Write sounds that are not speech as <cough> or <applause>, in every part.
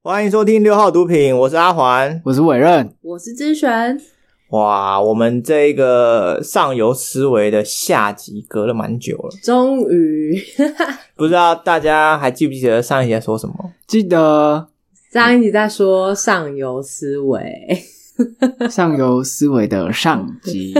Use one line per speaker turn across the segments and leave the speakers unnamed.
欢迎收听六号毒品，我是阿环。
我是委任，
我是之璇，
哇，我们这个上游思维的下集隔了蛮久了，
终于
不知道大家还记不记得上一集在说什
<laughs>
么？
记得
上一集在说上游思维，
上游思维的上集，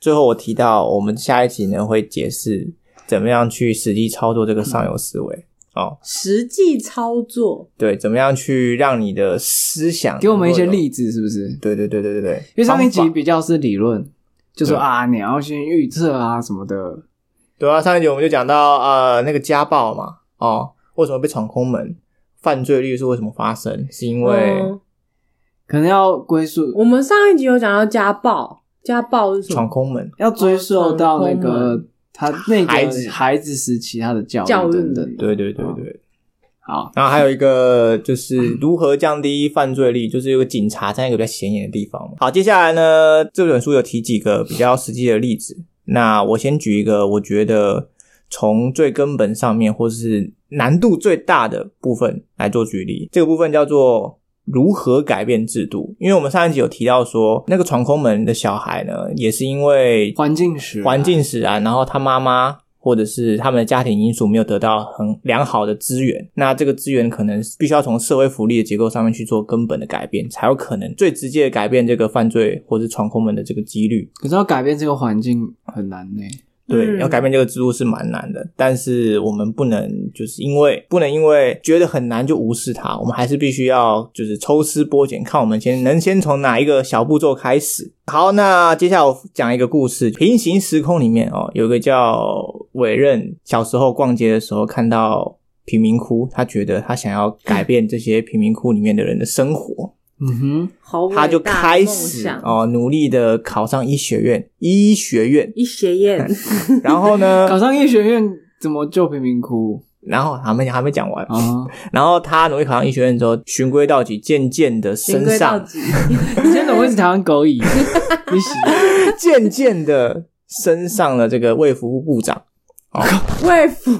最后我提到，我们下一集呢会解释怎么样去实际操作这个上游思维。
嗯
哦，
实际操作
对，怎么样去让你的思想
给我们一些
能够有
例子，是不是？
对对对对对对，因
因为上一集比较是理论，就说啊，你要先预测啊什么的，
对啊，上一集我们就讲到呃那个家暴嘛，哦，为什么被闯空门？犯罪率是为什么发生？是因为
嗯
可能要归溯，
我们上一集有讲到家暴，家暴是什
闯
么？
空门。
要追溯到那个他那
孩子
个孩子时期他的教
教
育
育
等等的。
对对对对，
好，
然后还有一个就是如何降低犯罪率，就是有个警察在一个比较显眼的地方嘛。好，接下来呢，这本书有提几个比较实际的例子。那我先举一个，我觉得从最根本上面，或是难度最大的部分来做举例。这个部分叫做如何改变制度，因为我们上一集有提到说，那个闯空门的小孩呢，也是因为
环境史啊，
环境使然，然后他妈妈或者是他们的家庭因素没有得到很良好的资源，那这个资源可能必须要从社会福利的结构上面去做根本的改变，才有可能最直接的改变这个犯罪或者闯空门的这个几率。
可是要改变这个环境很难呢。
对，
嗯
要改变这个制度是蛮难的，但是我们不能就是因为不能因为觉得很难就无视它，我们还是必须要就是抽丝剥茧，看我们先能先从哪一个小步骤开始。 <laughs> 好，那接下来我讲一个故事，平行时空里面哦，有一个叫委任，小时候逛街的时候看到贫民窟，他觉得他想要改变这些贫民窟里面的人的生活，
嗯哼，
好伟大
他
的
就开
梦
始
想
哦努力的考上医学院，医学院，
医
<laughs>
学院
然后
搞
呢，
上医学院怎么救贫民窟
然后还没还没讲完，
啊？
然后他努力考上医学院之后，循规蹈矩，渐渐的
循
升
规蹈
上，
矩， <laughs>
你今天怎么会是台湾狗椅？你喜
<laughs> 渐渐的升上了这个卫福部部长。
卫福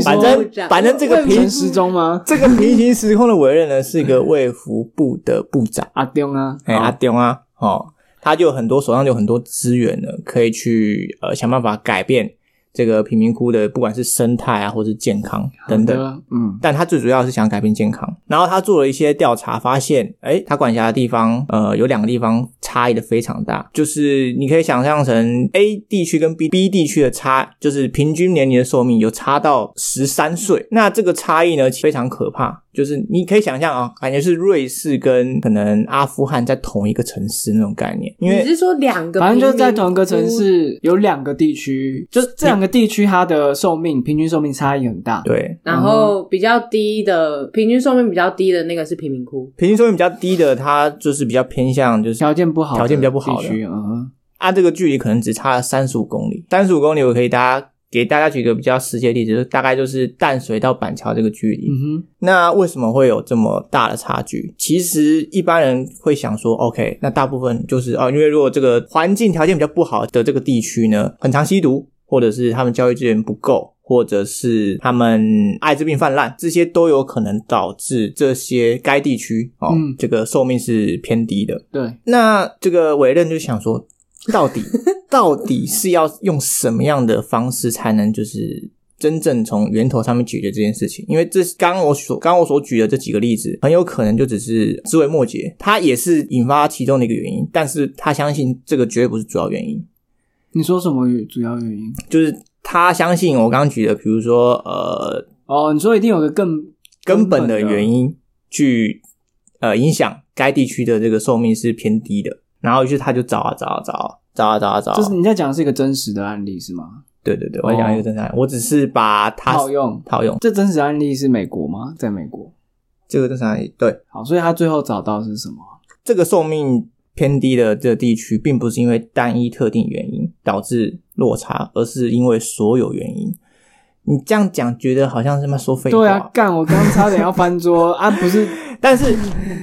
<laughs> 反
部
正
长
反正这个平
陈时中吗？
这个平行时空的委任呢，是一个卫福部的部长，
阿丁啊，
哎、
好
阿丢啊，哦，他就有很多手上就有很多资源了，可以去呃想办法改变这个贫民窟的，不管是生态啊，或是健康等等。
好的，嗯，
但他最主要是想改变健康。然后他做了一些调查，发现，哎，他管辖的地方，呃，有两个地方差异的非常大，就是你可以想象成 A 地区跟 B B 地区的差，就是平均年龄的寿命有差到十三岁。那这个差异呢，非常可怕。就是你可以想象啊、感觉是瑞士跟可能阿富汗在同一个城市那种概念，因
你
为
是说两个，
反正就是在同一个城，市有两个地区，就是这两个地区它的寿命平均寿命差异很大。
对
然后比较低的平均寿命比较低的那个是贫民窟，
平均寿命比较低的，它就是比较偏向就是
条件不好的地区，
条件比较不好的
嗯哼，
啊，这个距离可能只差三十五公里。三十五公里，我可以大家给大家举一个比较实际的例子，就是大概就是淡水到板桥这个距离。
嗯哼，
那为什么会有这么大的差距？其实一般人会想说，OK，那大部分就是哦，因为如果这个环境条件比较不好的这个地区呢，很常吸毒，或者是他们教育资源不够，或者是他们艾滋病泛滥，这些都有可能导致这些该地区哦，
嗯
这个寿命是偏低的。
对，
那这个委任就想说，到底 <laughs> 到底是要用什么样的方式才能就是真正从源头上面解决这件事情？因为这刚刚我所刚刚我所举的这几个例子，很有可能就只是枝微末节，它也是引发其中的一个原因，但是他相信这个绝对不是主要原因，
你说什么主要原因？
就是他相信我刚刚举的，比如说呃
哦，你说一定有个更
根本的原
因，
因去呃影响该地区的这个寿命是偏低的，然后于是他就找啊找啊找啊找啊找啊找啊，
就是你在讲的是一个真实的案例是吗？
对对对，我在讲一个正常案例，我只是把它
哦套用
套用
这真实案例是美国吗？在美国，
这个正常案例。对，
好，所以他最后找到是什么？
这个寿命偏低的这个地区，并不是因为单一特定原因导致落差，而是因为所有原因。你这样讲，觉得好像是在说废话，
对啊，干！我刚刚差点要翻桌啊，
<laughs>
不是
但是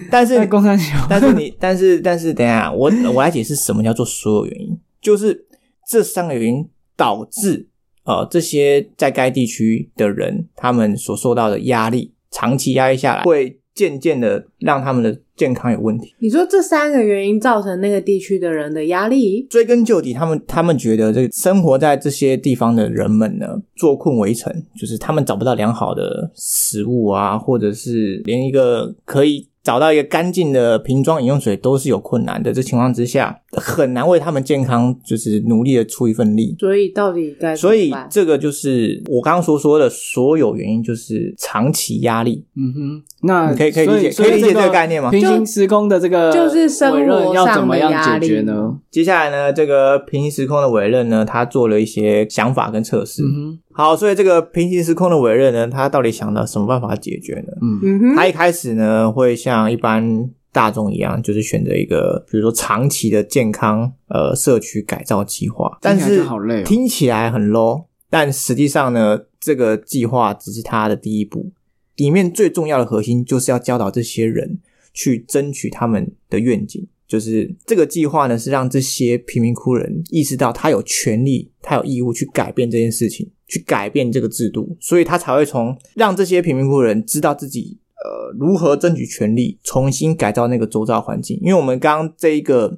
但
在
是
工商小，
<laughs> 但是你，但是但是，等一下，我我来解释什么叫做所有原因，就是这三个原因导致呃这些在该地区的人他们所受到的压力，长期压抑下来，会渐渐的让他们的健康有问题。
你说这三个原因造成那个地区的人的压力，
追根究底，他们他们觉得这个生活在这些地方的人们呢，坐困围城，就是他们找不到良好的食物啊，或者是连一个可以找到一个干净的瓶装饮用水都是有困难的。这情况之下，很难为他们健康就是努力的出一份力。
所以到底该怎
所
么
以
办？
这个就是我刚刚所说的所有原因，就是长期压力。
嗯哼，那
你可以可以
所
理解
所
可以理解这个概念吗
平行时空的这个
就是生活
委任要怎么样
上的
解决
压力
呢？
接下来呢，这个平行时空的委任呢，他做了一些想法跟测试。
嗯哼，
好，所以这个平行时空的委任呢，他到底想到什么办法解决呢？
嗯
嗯哼，
他一开始呢，会像一般大众一样，就是选择一个，比如说长期的健康呃社区改造计划，但
听起来
是
就好累哦
听起来很 low，但实际上呢，这个计划只是他的第一步，里面最重要的核心就是要教导这些人去争取他们的愿景。就是这个计划呢，是让这些贫民窟人意识到他有权利，他有义务去改变这件事情，去改变这个制度，所以他才会从让这些贫民窟人知道自己呃如何争取权利，重新改造那个周遭环境。因为我们刚刚这一个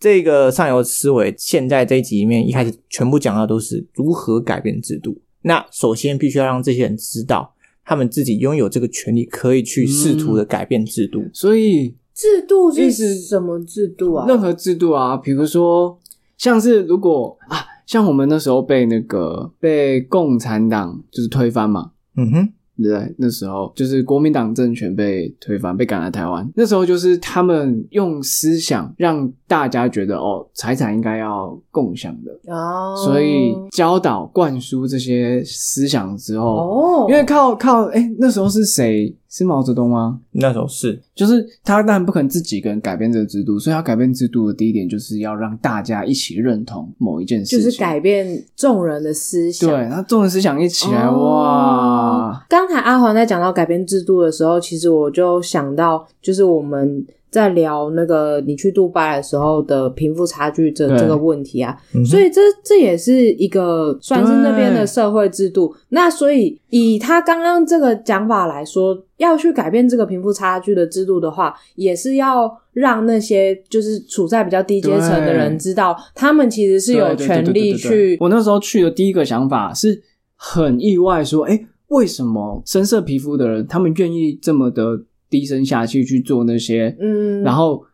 这个上游思维，现在这一集里面一开始全部讲到都是如何改变制度。那首先必须要让这些人知道，他们自己拥有这个权利，可以去试图的改变制度。
所以
制度
意
是
思
什么制度啊？
任何制度啊，比如说像是如果啊，像我们那时候被那个被共产党就是推翻嘛，
嗯哼，
对不对？那时候就是国民党政权被推翻，被赶来台湾。那时候就是他们用思想让大家觉得哦，财产应该要共享的，
哦，
所以教导灌输这些思想之后，
哦，
因为靠靠哎、那时候是谁？是毛泽东吗？
那时候是
就是他当然不可能自己一个人改变这个制度，所以他改变制度的第一点就是要让大家一起认同某一件事
就
情，
是改变众人的思想。
对，然后众人思想一起来，
哦
哇，！
刚才阿黄在讲到改变制度的时候，其实我就想到，就是我们在聊那个你去杜拜的时候的贫富差距这
对
这个问题啊，
嗯哼
所以这这也是一个算是那边的社会制度。那所以以他刚刚这个讲法来说，要去改变这个贫富差距的制度的话，也是要。让那些就是处在比较低阶层的人
对
知道，他们其实是有
对对对对
权
对
利
对对
去
我那时候去的第一个想法是很意外，说，哎、为什么深色皮肤的人他们愿意这么的低声下气去做那些，
嗯，
然后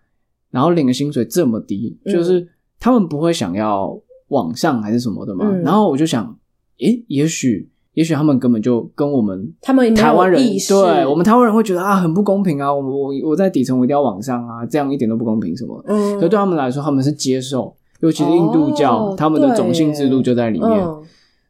然后领的薪水这么低，
嗯
就是他们不会想要往上还是什么的嘛？
嗯
然后我就想，诶、也许也许他们根本就跟我们
他们没有
台湾人，
意识
对我们台湾人会觉得啊很不公平啊，我我我在底层我一定要往上啊，这样一点都不公平什么的。
嗯，
可对他们来说，他们是接受，尤其是印度教，
哦
他们的种姓制度就在里面，
嗯，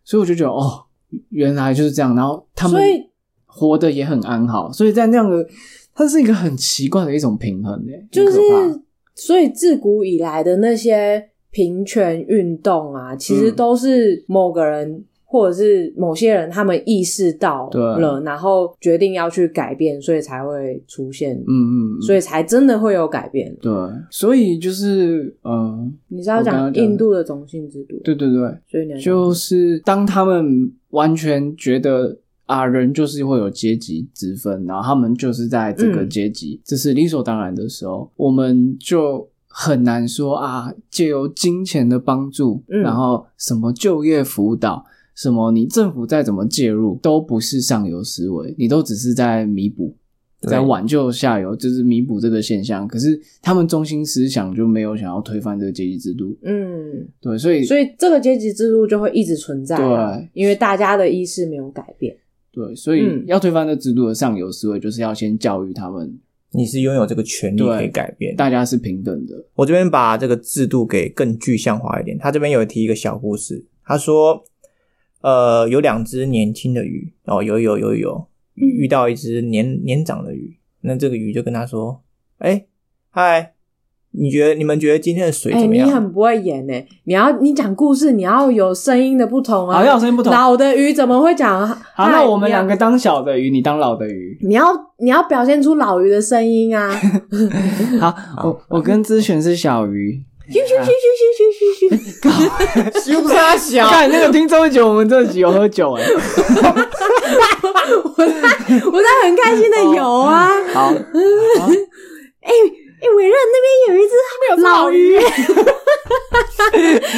所以我就觉得哦，原来就是这样。然后他们
所以
活得也很安好，所以在那样的，它是一个很奇怪的一种平衡诶、
就
很
是
可怕
所以自古以来的那些平权运动啊，其实
嗯
都是某个人。或者是某些人，他们意识到了，然后决定要去改变，所以才会出现，
嗯嗯，嗯
所以才真的会有改变。
对，所以就是嗯，
你是要
我刚
讲
刚讲的
印度的种姓制度，
对对对，
所以你要讲
就是当他们完全觉得。啊，人就是会有阶级之分，然后他们就是在这个
嗯
阶级，这是理所当然的时候，我们就很难说啊，借由金钱的帮助，
嗯
然后什么就业辅导，什么你政府再怎么介入，都不是上游思维，你都只是在弥补，
对
在挽救下游，就是弥补这个现象。可是他们中心思想就没有想要推翻这个阶级制度，
嗯，
对，所以
所以这个阶级制度就会一直存在啊，
对
因为大家的意识没有改变。
对，所以
嗯
要推翻这制度的上游思维，就是要先教育他们，
你是拥有这个权利
对
可以改变。
大家是平等的。
我这边把这个制度给更具象化一点。他这边有提一个小故事，他说，呃，有两只年轻的鱼，哦，有有有有，
嗯
遇到一只年年长的鱼，那这个鱼就跟他说，哎、嗨，你觉得你们觉得今天的水
哎、
怎么
你
样？
很不会演哎、你要你讲故事，你要有声音的不同啊。
好哦要有声音不同
老的鱼怎么会讲？
好，
嗨
那我们
你要
两个当小的鱼，你当老的鱼。
<laughs> 你要你要
<laughs>
表现出老鱼的声音啊。
好，我我跟之璇是小鱼，
咻咻咻咻咻咻咻咻，
羞啥小
看那个听这么久，我们这集有喝酒哎、
我在我在很开心的游啊！
<laughs> 好，
哎哎，伟任那边有一只老鱼，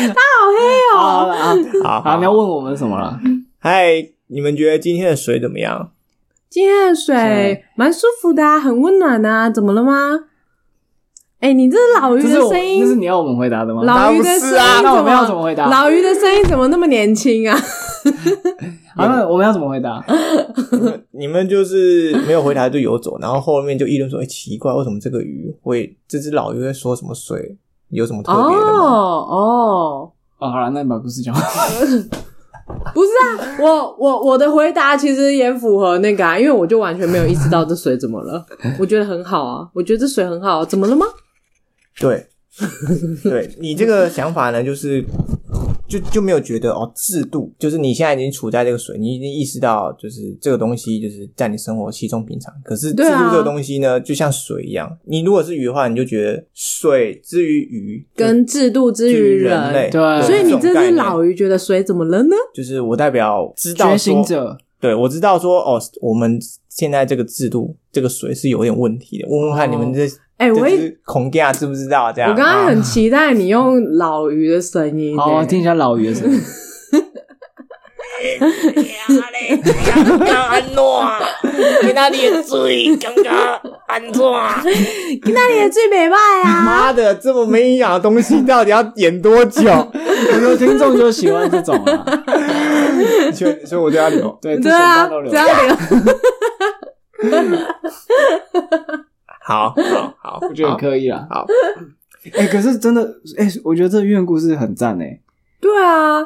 它好
好
黑哦！
了啊，
好
好，你要问我们什么了？
嗨，你们觉得今天的水怎么样？
今天的
对
水蛮舒服的啊，很温暖啊，怎么了吗？哎，你这老鱼
这
的
是我，
声
这是
音，
你要我们回答的吗？
老鱼的声
当然不是啊
音
那我
怎
们要怎么回答
老鱼的声音怎么那么年轻啊？
好，那我们要怎么回答？
<laughs> 你们就是没有回答就游走，然后后面就议论说：“哎、奇怪，为什么这个鱼会这只老鱼会说什么水有什么特
哦
别的吗？”
哦，
哦，好了，那你把故事讲完。
不是啊， <laughs> 我我我的回答其实也符合那个啊，因为我就完全没有意识到这水怎么
<laughs>
了，我觉得很好啊，我觉得这水很好啊、怎么了吗？
对， <laughs> 对你这个想法呢，就是就就没有觉得哦，制度就是你现在已经处在这个水，你已经意识到就是这个东西就是在你生活稀松平常。可是制
对啊
度这个东西呢，就像水一样，你如果是鱼的话，你就觉得水之于鱼，
跟制度之
至于
于
人类，
对
所以你这
种概
只
念
老鱼觉得水怎么了呢？
就是我代表知道
觉
说
醒者，
对，我知道说哦，我们现在这个制度，这个水是有点问题的。问问看你们这、
哎、
这
我
这
也
只孔盖亚知不知道？这样，
我刚刚
啊
很期待你用老鱼的声音、
好，
哦
我
欸，
听一下老鱼的声音。
刚刚安怎？今仔日的水感觉安怎？
那你也最美败啊！
妈的，这么没营养的东西，到底要演多久？
我说听众就喜欢这种啊，
<laughs> 所以，所以我就要留。
对，<laughs>
对
这
啊
手刀都，留
只要留，
好，好，好，
我觉得
好
可以啦。
好，
哎，可是真的，哎，我觉得这寓言故事很赞哎，
对啊，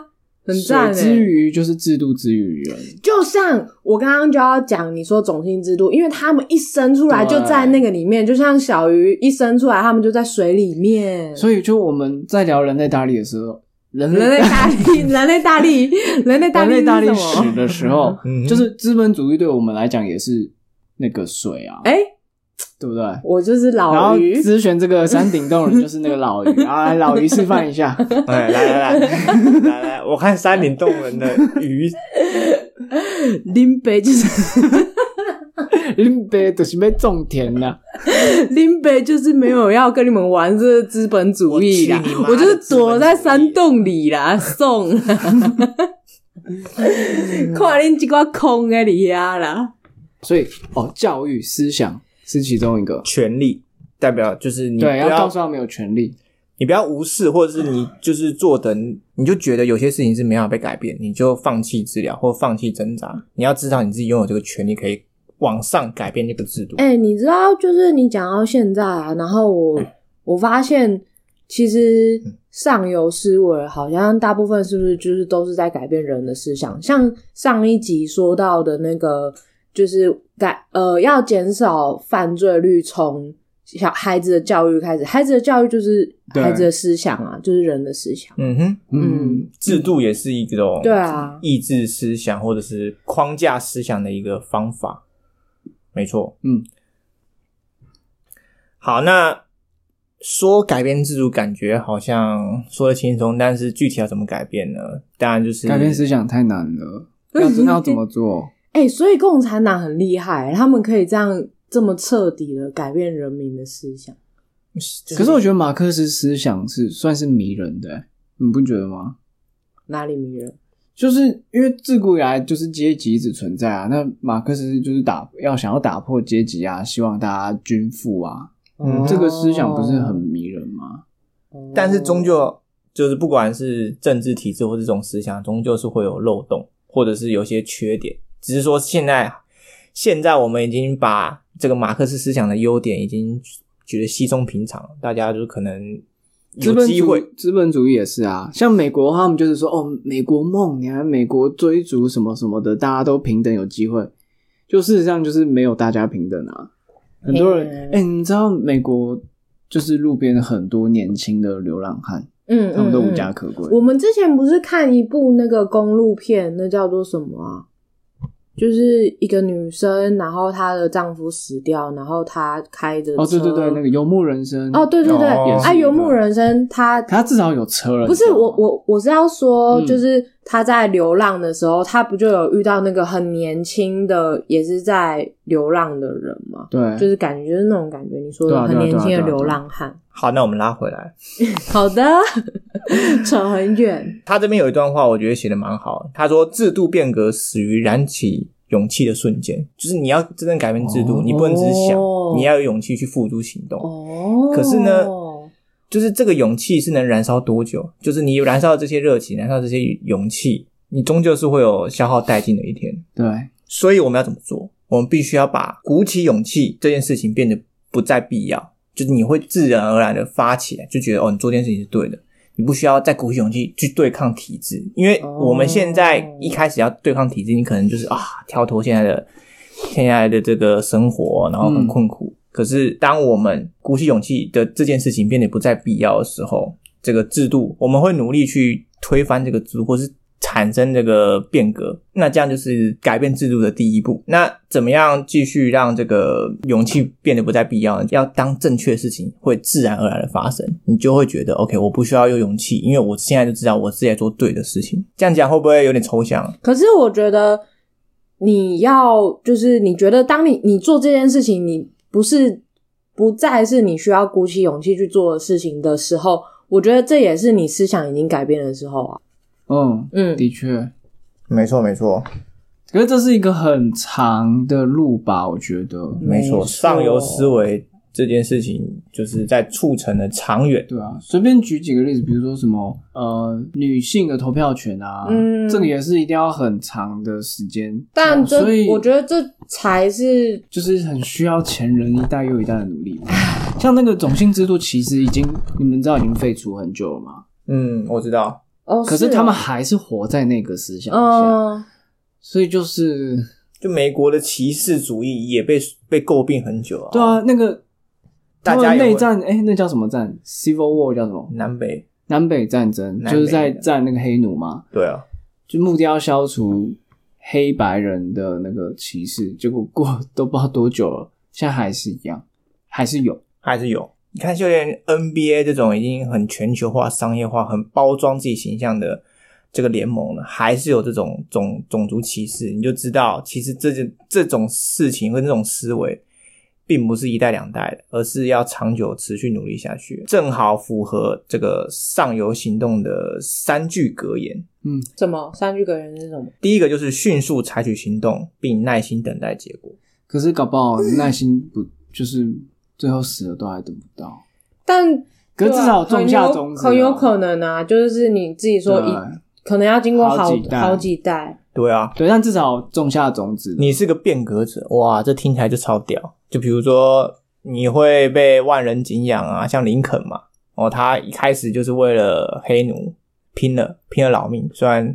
很赞、
水
欸。
之于就是制度之于人，
就像我刚刚就要讲，你说种姓制度，因为他们一生出来就在那个里面，就像小鱼一生出来，他们就在水里面。
所以就我们在聊人类大历的时候，人
人类大力，人类大力，人类大
人
力
类
是
大历
什
史
么？
的时候
嗯，
就是资本主义对我们来讲也是那个水啊，
哎、
对不对？
我就是
然后
老鱼，
咨询这个山顶洞人就是那个老
<laughs>
鱼啊，老鱼示范一下，
哎，来来来，来来，我看山顶洞人的鱼，
林北就是
林北都是被种田啊的，
林北就是没有要跟你们玩这资本主义啦
我去你妈，的
我就是躲在山洞里啦，送 <laughs> 啦，看恁这个空的里啊啦，
所以哦，教育思想是其中一个，
权力代表就是你不
对，要
要
告诉他们有权利，
你不要无视，或者是你就是坐等，你就觉得有些事情是没办法被改变，你就放弃治疗或放弃挣扎。你要知道你自己拥有这个权利，可以往上改变这个制度。
哎、你知道，就是你讲到现在啊，然后我我发现，其实上游思维好像大部分是不是就是都是在改变人的思想？像上一集说到的那个，就是改呃要减少犯罪率，从小孩子的教育开始，孩子的教育就是
对
孩子的思想啊，就是人的思想。
嗯哼，
嗯，
制度也是一种
对啊
抑制思想或者是框架思想的一个方法，没错。
嗯，
好，那说改变制度，感觉好像说的轻松，但是具体要怎么改变呢？当然就是
改变思想太难了，要那要怎么 <laughs> 做？
哎、所以共产党很厉害，他们可以这样这么彻底的改变人民的思想。
就是
可是我觉得马克思思想是算是迷人的、欸你不觉得吗？
哪里迷人？
就是因为自古以来就是阶级一直存在啊，那马克思就是打要想要打破阶级啊，希望大家均富啊，
嗯
这个思想不是很迷人吗？
哦，
但是终究就是不管是政治体制或这种思想，终究是会有漏洞，或者是有些缺点。只是说现在，现在我们已经把这个马克思思想的优点已经觉得稀松平常了，大家就可能
资
有
本
机
主
会
义，资本主义也是啊，像美国的话，他们就是说哦，美国梦，你看美国追逐什么什么的，大家都平等有机会，就事实上就是没有大家平等啊，很多人
嗯
哎、你知道美国就是路边很多年轻的流浪汉，
嗯，
他们都
嗯
无家。可归
嗯。我们之前不是看一部那个公路片，那叫做什么啊？就是一个女生，然后她的丈夫死掉，然后她开着
哦，对对对，
车
那个游牧人生
哦，对对对，
哦
也是
啊，
一个
游牧人生她
他至少有车了。
不
你
是
知道吗
我，我我是要说，
嗯
就是他在流浪的时候，他不就有遇到那个很年轻的，也是在流浪的人吗？就
对，
是感觉就是那种感觉，你
嗯
说
对
的
啊
很
对啊
年轻
对啊
的
对啊
流浪汉。
好，那我们拉回来，
好的， <laughs> 扯很远。
他这边有一段话，我觉得写的蛮好的。他说：“制度变革始于燃起勇气的瞬间，就是你要真正改变制度，
哦
你不能只是想，
哦
你要有勇气去付诸行动。
哦，
可是呢就是这个勇气是能燃烧多久？就是你燃烧这些热情，燃烧这些勇气，你终究是会有消耗殆尽的一天。
对，
所以我们要怎么做？我们必须要把鼓起勇气这件事情变得不再必要，就是你会自然而然的发起来，就觉得哦，你做这件事情是对的，你不需要再鼓起勇气去对抗体制，因为我们现在一开始要对抗体制，你可能就是啊，跳脱现在的现在的这个生活，然后很困苦。可是当我们鼓起勇气的这件事情变得不再必要的时候，这个制度我们会努力去推翻这个制度，或是产生这个变革。那这样就是改变制度的第一步。那怎么样继续让这个勇气变得不再必要呢？要当正确的事情会自然而然的发生，你就会觉得 OK，我不需要有勇气，因为我现在就知道我是在做对的事情。这样讲会不会有点抽象啊？
可是我觉得你要就是你觉得当你你做这件事情，你不是不再是你需要鼓起勇气去做的事情的时候，我觉得这也是你思想已经改变的时候啊。
嗯，
嗯，
的确，
没错，没错，
可是这是一个很长的路吧？我觉得，
没
没
错。
错
上游思维这件事情，就是在促成了长远。
对啊，随便举几个例子，比如说什么呃，女性的投票权啊，
嗯
这个也是一定要很长的时间，哦
但
啊
这
所以
我觉得这才是
就是很需要前人一代又一代的努力。像那个种姓制度，其实已经你们知道已经废除很久了嘛，
嗯，我知道。
哦，
可
是
是他们
哦
还是活在那个思想下，
嗯，
所以就是
就美国的歧视主义也被被诟病很久啊。
对
哦
啊，，那个
大
他
家
们
有
内战，哎，那叫什么战？Civil War 叫什么？
南北
南北战争，
南北
就是在战那个黑奴嘛。
对啊，
就目的要消除黑白人的那个歧视，结果过都不知道多久了，现在还是一样，还是有。
还是有。你看，就连 NBA 这种已经很全球化、商业化、很包装自己形象的这个联盟了，还是有这种种种族歧视，你就知道，其实这件这种事情跟这种思维，并不是一代两代的，而是要长久持续努力下去。正好符合这个上游行动的三句格言：
怎么三句格言是什么？
第一个就是迅速采取行动，并耐心等待结果。
可是搞不好耐心不就是最后死了都还等不到。
但
可是至少
对啊
种
很
下
有
种子啊
很有可能啊，就是你自己说
对啊
一可能要经过好
好几代
好几代，
对啊，
对，但至少种下种子。
你是个变革者，哇，这听起来就超屌。就比如说，你会被万人敬仰啊，像林肯嘛，哦，他一开始就是为了黑奴拼了，拼了老命，虽然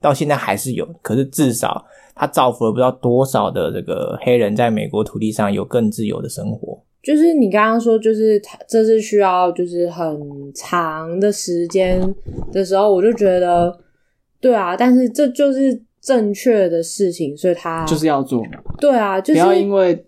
到现在还是有，可是至少他造福了不知道多少的这个黑人，在美国土地上有更自由的生活。
就是你刚刚说，就是它这是需要就是很长的时间的时候，我就觉得对啊，但是这就是正确的事情，所以他
就是要做，
对啊，就
不
是
要因为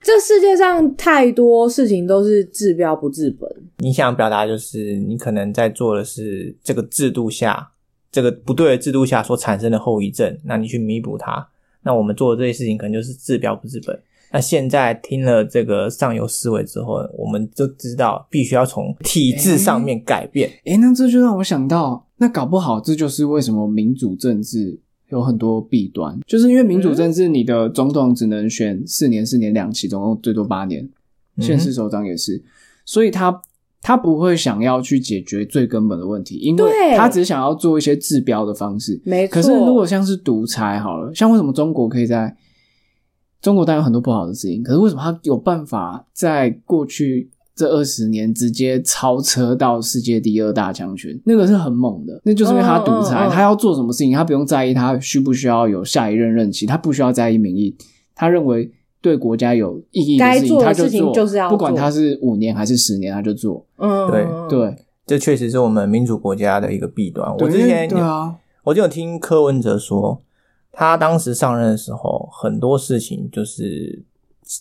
这世界上太多事情都是治标不治本，
你想表达就是，你可能在做的是这个制度下，这个不对的制度下所产生的后遗症，那你去弥补它。那我们做的这些事情可能就是治标不治本。那现在听了这个上游思维之后，我们就知道必须要从体制上面改变。
诶，那这就让我想到，那搞不好这就是为什么民主政治有很多弊端，就是因为民主政治，你的总统只能选四年，四年两期，总共最多八年，
嗯
现实首长也是，所以他他不会想要去解决最根本的问题，因为
对
他只想要做一些治标的方式。
没错。
可是如果像是独裁好了，像为什么中国可以在中国当然有很多不好的事情，可是为什么他有办法在过去这二十年直接超车到世界第二大强权？那个是很猛的，那就是因为他独裁，
嗯嗯嗯
他要做什么事情，他不用在意他需不需要有下一任任期，他不需要在意民意，他认为对国家有意义的
该
事情，
做的
他
事情
做，
就是要
不管
做
他是五年还是十年，他就做。
嗯，
对
对，
这确实是我们民主国家的一个弊端。我
对
之前
对啊，
我就有听柯文哲说，他当时上任的时候，很多事情就是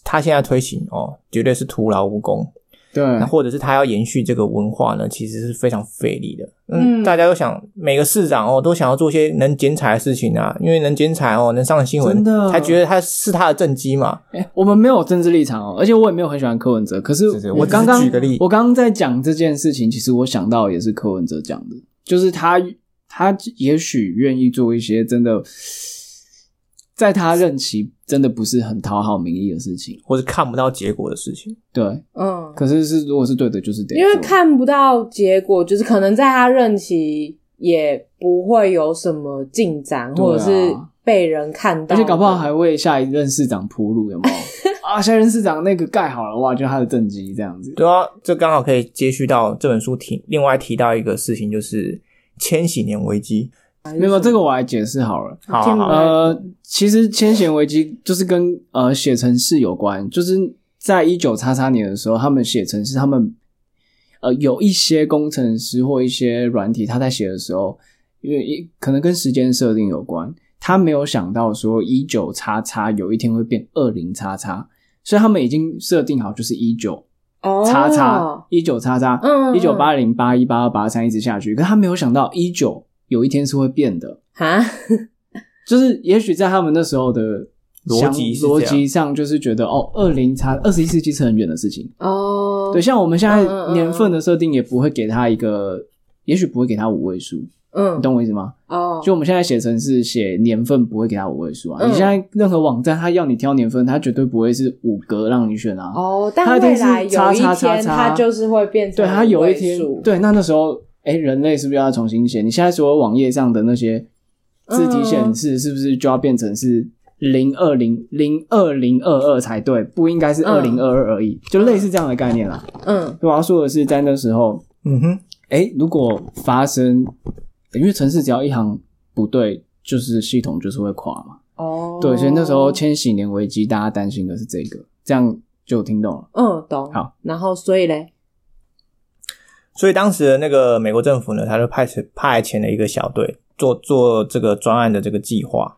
他现在推行哦，绝对是徒劳无功。
对，
那或者是他要延续这个文化呢，其实是非常费力的。
嗯
嗯，大家都想每个市长哦，都想要做些能剪彩的事情啊，因为能剪彩哦，能上新闻
真的，
才觉得他是他的政绩嘛。
哎 <laughs> 我们没有政治立场哦，而且我也没有很喜欢柯文哲。可是
是是
我
我只是
刚刚
举个例
我刚刚在讲这件事情，其实我想到也是柯文哲讲的，就是他他也许愿意做一些真的在他任期真的不是很讨好民意的事情，
或是看不到结果的事情，
对。
嗯，
可是是如果是对的，就是得
因为
做
看不到结果，就是可能在他任期也不会有什么进展，
对啊
或者是被人看到，
而且搞不好还为下一任市长铺路，有没有？啊，下一任市长那个盖好了，哇，就他的政绩这样子。
对啊，这刚好可以接续到这本书提另外提到一个事情，就是千禧年危机。
没有这个我来解释好了。
好好
见不
好，
得
呃，其实千禧危机就是跟呃写城市有关，就是在一九叉叉年的时候，他们写城市，他们呃有一些工程师或一些软体，他在写的时候，因为一可能跟时间设定有关，他没有想到说一九叉叉有一天会变二零叉叉，所以他们已经设定好就是一九
哦
叉叉一九叉叉，
嗯嗯
一九八零八一八二八三一直下去，可他没有想到一九有一天是会变的。
哈，
就是也许在他们那时候的
逻辑是
想
这样
逻辑上，就是觉得哦，二零差二十一世纪是很远的事情。
哦，
对，像我们现在
嗯嗯嗯
年份的设定也不会给他一个，也许不会给他五位数，
嗯
你，懂我意思吗？
哦，
就我们现在写成是写年份，不会给他五位数啊。
嗯
你现在任何网站，他要你挑年份，他绝对不会是五格让你选啊。
哦，但
它一定
未
是
来有
叉
一
叉叉
天，
叉
它就是会变成
对，他有一
位
天
数，
对，那那时候，哎，人类是不是要重新写？你现在所有网页上的那些
嗯
字体显示，是不是就要变成是零二零零二零二二才对？不应该是二零二二而已，就类似这样的概念啦。
嗯
我要说的是，在那时候，
嗯哼，
哎，如果发生，因为城市只要一行不对，就是系统就是会垮嘛。
哦，
对，所以那时候千禧年危机，大家担心的是这个，这样就听懂了。
嗯懂
好，
然后所以嘞，
所以当时的那个美国政府呢，他就派遣派遣了一个小队做做这个专案的这个计划，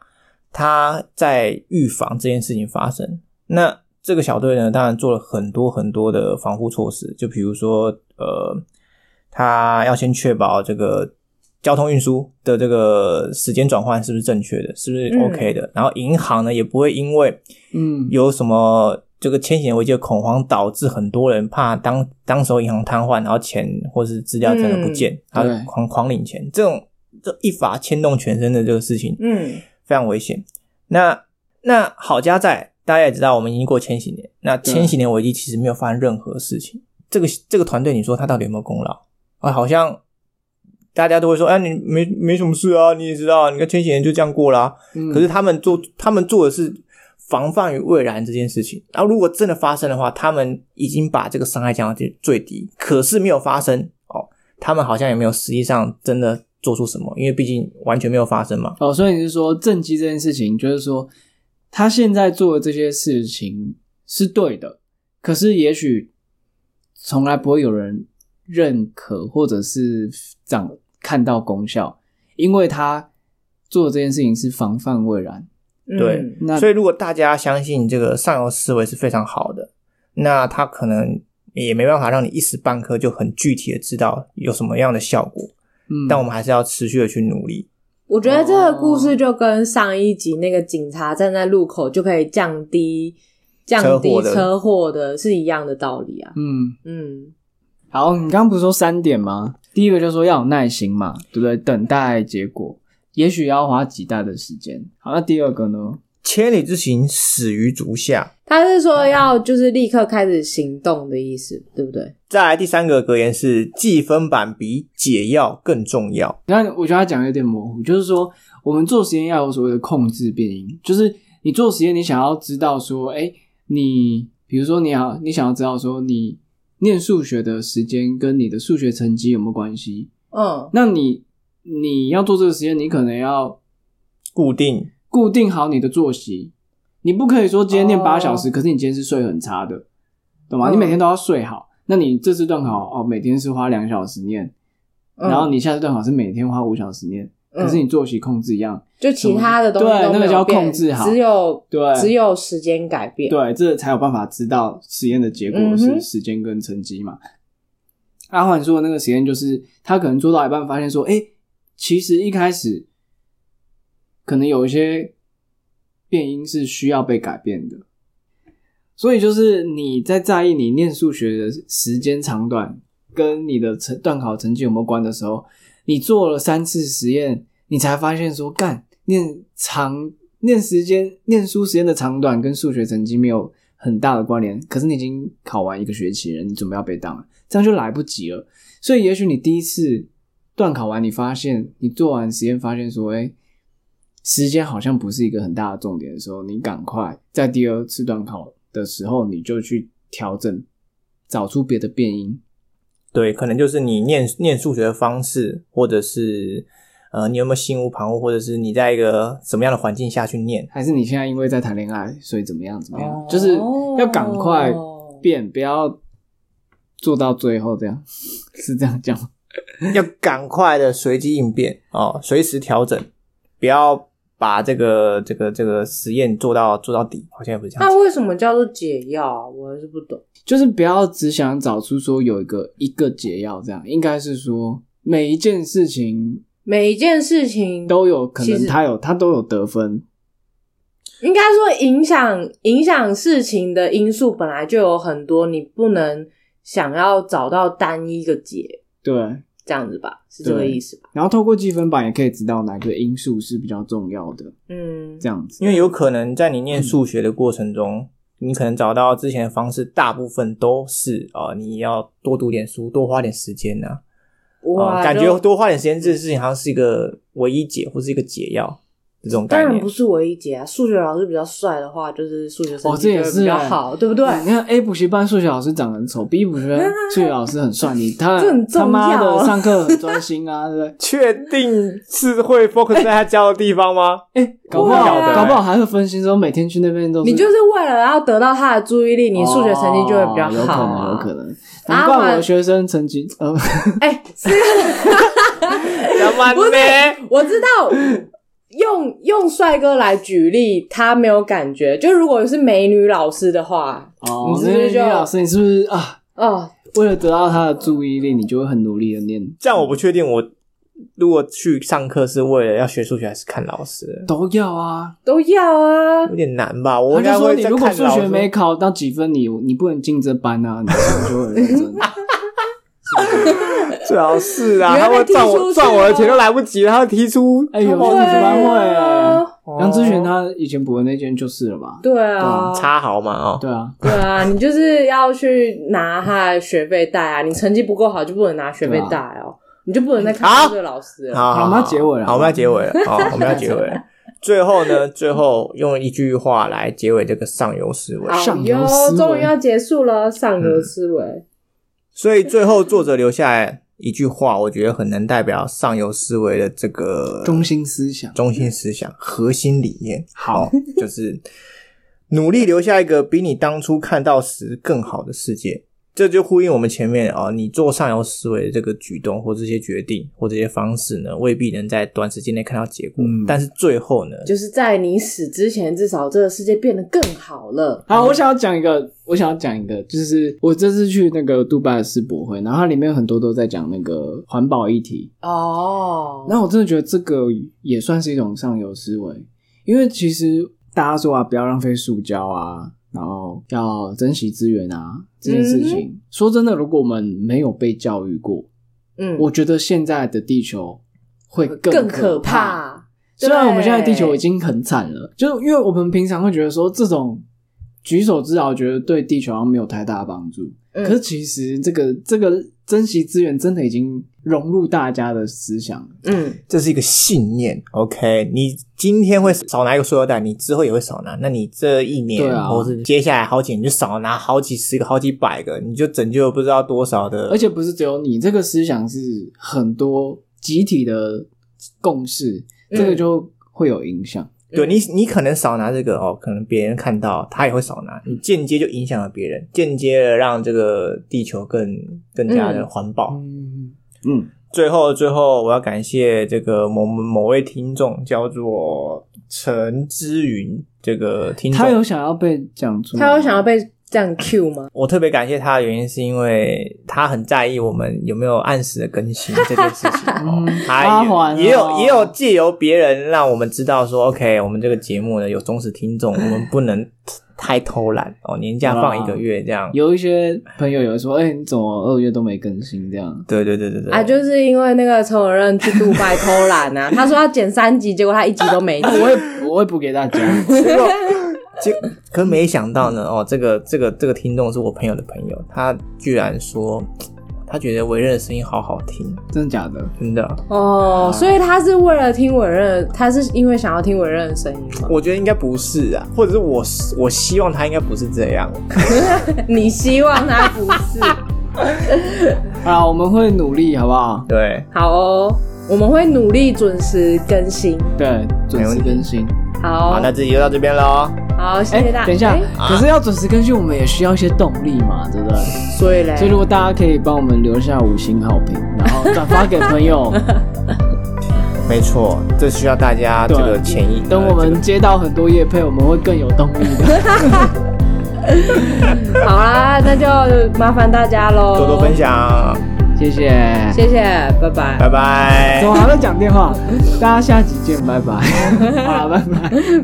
他在预防这件事情发生。那这个小队呢，当然做了很多很多的防护措施，就比如说呃，他要先确保这个。交通运输的这个时间转换是不是正确的？是不是
嗯
OK 的？然后银行呢也不会因为
嗯，
有什么这个千禧年危机的恐慌，导致很多人怕当当时候银行瘫痪，然后钱或是资料真的不见，
嗯
然
对
后狂狂领钱，这种这一法牵动全身的这个事情，
嗯
非常危险。那那好家在大家也知道，我们已经过千禧年，那
对
千禧年危机其实没有发生任何事情。这个这个团队，你说他到底有没有功劳啊？好像大家都会说，哎，你没没什么事啊，你也知道，你看千禧年就这样过啦、
嗯
可是他们做他们做的是防范于未然这件事情。然后如果真的发生的话，他们已经把这个伤害降到最最低，可是没有发生哦，他们好像也没有实际上真的做出什么，因为毕竟完全没有发生嘛。
哦，所以你是说政绩这件事情，就是说他现在做的这些事情是对的，可是也许从来不会有人认可或者是长看到功效，因为他做这件事情是防范未然。
嗯
对
那
所以如果大家相信这个上游思维是非常好的，那他可能也没办法让你一时半刻就很具体的知道有什么样的效果，
嗯，
但我们还是要持续的去努力。
我觉得这个故
哦
事就跟上一集那个警察站在路口就可以降低降低
车祸的
车祸的是一样的道理啊。
嗯，
嗯，
好，你刚刚不是说三点吗？第一个就是说要有耐心嘛，对不对？等待结果，也许要花几代的时间。好，那第二个呢？
千里之行，始于足下。
他是说要就是立刻开始行动的意思，对不对？
再来第三个格言是：记分版比解药更重要。
那我觉得他讲的有点模糊，就是说我们做实验要有所谓的控制变因，就是你做实验，你想要知道说，哎、你比如说你好，你想要知道说你念数学的时间跟你的数学成绩有没有关系？
嗯
那你你要做这个实验，你可能要
固定
固定好你的作息，你不可以说今天念
哦
八小时，可是你今天是睡很差的，懂吗？
嗯
你每天都要睡好。那你这次段考哦，每天是花两小时念，
嗯
然后你下次段考是每天花五小时念。
嗯
可是你作息控制一样，
就其他的东西
对
都没有
那个叫
变
控制好
只有
对
只有时间改变。
对，这才有办法知道实验的结果
嗯
是
哼
时间跟成绩嘛。阿环说的那个实验就是，他可能做到一半发现说，哎、其实一开始可能有一些变音是需要被改变的，所以就是你在在意你念数学的时间长短跟你的成段考成绩有没有关的时候，你做了三次实验，你才发现说，干念长念时间念书时间的长短跟数学成绩没有很大的关联，可是你已经考完一个学期了，你准备要被当了，这样就来不及了。所以也许你第一次段考完，你发现你做完实验发现说，哎、时间好像不是一个很大的重点的时候，你赶快在第二次段考的时候，你就去调整，找出别的变因。
对，可能就是你念念数学的方式，或者是呃，你有没有心无旁骛，或者是你在一个什么样的环境下去
<laughs>
念？
还是你现在因为在谈恋爱，所以怎么样怎么样，
哦
就是要赶快变，不要做到最后这样，是这样讲吗？
要赶快的随机应变哦，随时调整，不要把这个这个这个实验做到做到底，好像也不是这样
那
子。
为什么叫做解药啊？我还是不懂。
就是不要只想找出说有一个一个解药，这样应该是说每一件事情
每一件事情
都有可
其
能，
实
它有它都有得分，
应该说影响影响事情的因素本来就有很多，你不能想要找到单一个解，
对。
这样子吧，是这个
对
意思吧？
然后透过积分榜也可以知道哪个因素是比较重要的，
嗯
这，样子。
因为有可能在你念数学的过程中，你可能找到之前的方式，大部分都是啊、呃你要多读点书，多花点时间呐、啊
哦
哇，
感
就
觉多花点时间这件事情好像是一个唯一解或是一个解药这种
当
概
然
念
不。是唯一解啊。数学老师比较帅的话，就是数学成
哦这
绩
也
就会比
是
较
欸
好，对不对？
你看 A 补习班数学老师长得很丑，B 补习
<laughs>
班数学老师很帅，你他
这很重
他妈
要
的
啊
上课很专心啊，
<laughs>
对不对？
确定是会 focus 在他教的地方
<laughs>
吗？
哎，搞不
不
好
会啊
搞不好还会分心，说每天去那边都是
你就是为了要得到他的注意力，你数学成绩就会比较
哦有可
好、
能
啊
有可能。
啊
难怪我
我
的学生成绩 <laughs> 呃，
哎、是
他妈
不是
的，
我知道，用用帅哥来举例，他没有感觉。就如果是美女老师的话，
哦
你是不是
那
就
个女老师你是不是啊？
哦，
为了得到他的注意力，你就会很努力的念，
这样我不确定。我如果去上课是为了要学数学，还是看老师？
都要啊。
都要啊
有。点难吧？我
他
应
就
该
说
会
你
在
如果
看
数
老
学
师。
没考到几分，你你不能进这班啊，你这样就 <laughs> 会认真。
最好是啊，
原来
他会
踢
赚
出
我
去
赚我的
哦
钱都来不及了，他会踢出。
哎，有些补
对
习班会哎
啊，
哦
杨之璇他以前补的那间就是了吧？
对啊，
插好嘛哦，
对啊，
对啊，你就是要去拿他的学费贷啊。你成绩不够好，就不能拿学费贷哦，你就不能再看
好
这个老师了。
好
好我们要结尾了
好，我们要结
<laughs>
尾了，好，我们要结尾了。最后呢，最后用一句话来结尾这个上游思维。
好
上游
哟
思，维
终于要结束了，上游思维。
所以最后作者留下来一句话，我觉得很能代表上游思维的这个
中心思想。
中心思想、核心理念。
好，
就是努力留下一个比你当初看到时更好的世界。这就呼应我们前面啊、哦，你做上游思维的这个举动或这些决定或这些方式呢，未必能在短时间内看到结果，
嗯
但是最后呢，
就是在你死之前，至少这个世界变得更好了。
好，我想要讲一个，我想要讲一个，就是我这次去那个杜拜的世博会，然后它里面很多都在讲那个环保议题，
哦，
那我真的觉得这个也算是一种上游思维，因为其实大家说啊，不要浪费塑胶啊，然后要珍惜资源啊，这件事情，说真的，如果我们没有被教育过，
嗯，
我觉得现在的地球会
更
可
可。怕。
虽然我们现在地球
对
已经很惨了，就是因为我们平常会觉得说这种举手之劳，觉得对地球好像没有太大的帮助。
嗯
可是其实这个这个珍惜资源真的已经融入大家的思想了。
嗯，
这是一个信念。OK，你今天会少拿一个塑料袋，你之后也会少拿。那你这一年，
对啊
或是接下来好几年，你就少拿好几十个、好几百个，你就拯救了不知道多少的。
而且不是只有你，这个思想是很多集体的共识，
嗯
这个就会有影响。
对你，你可能少拿这个哦，可能别人看到他也会少拿，你间接就影响了别人，
哦
间接的让这个地球更更加的环保。
嗯嗯，
最后最后，我要感谢这个某某位听众，叫做陈之云这个听众，
他有想要被讲出来吗，
他有想要被这样 Q 吗？
我特别感谢他的原因，是因为他很在意我们有没有按时的更新这件事情。哦
嗯
他
阿
也
环
也
哦
有也有借由别人让我们知道说，OK，我们这个节目呢有忠实听众，我们不能太偷懒哦，年假放一个月这样。
啊有一些朋友有说，哎、你怎么二月都没更新这样？
对对对对对，
啊，就是因为那个陈友任去杜拜偷懒啊，他说要剪三集，结果他一集都没剪。
我会我会补给大家， <laughs>
结可没想到呢，哦，这个这个这个听众是我朋友的朋友，他居然说他觉得维任的声音好好听，
真的假的？
真的，
哦，所以他是为了听委任，他是因为想要听委任的声音吗？
我觉得应该不是啊，或者是我我希望他应该不是这样。
<laughs> 你希望他不
<laughs>
是？
啊，我们会努力，好不好？
对，
好哦，我们会努力准时更新。
对，准时更新。
好，哦
好，那这集就到这边喽。
好，谢
哎、
谢大家。
等一下
哎，
可是要准时更新，我们也需要一些动力嘛，对不对？
所以嘞，
所以如果大家可以帮我们留下五星好评，然后转发给朋友，
没错，这需要大家这
对
个潜意。
等我
呃这
们
个
接到很多业配，我们会更有动力
<laughs>
的。
好啦，那就麻烦大家喽，
多多分，享，
谢
<laughs>
谢，
哎
谢谢，拜拜。
拜拜 <laughs>
怎。么还在讲电话？大家下集见，拜拜。好了，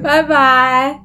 拜拜。
拜拜。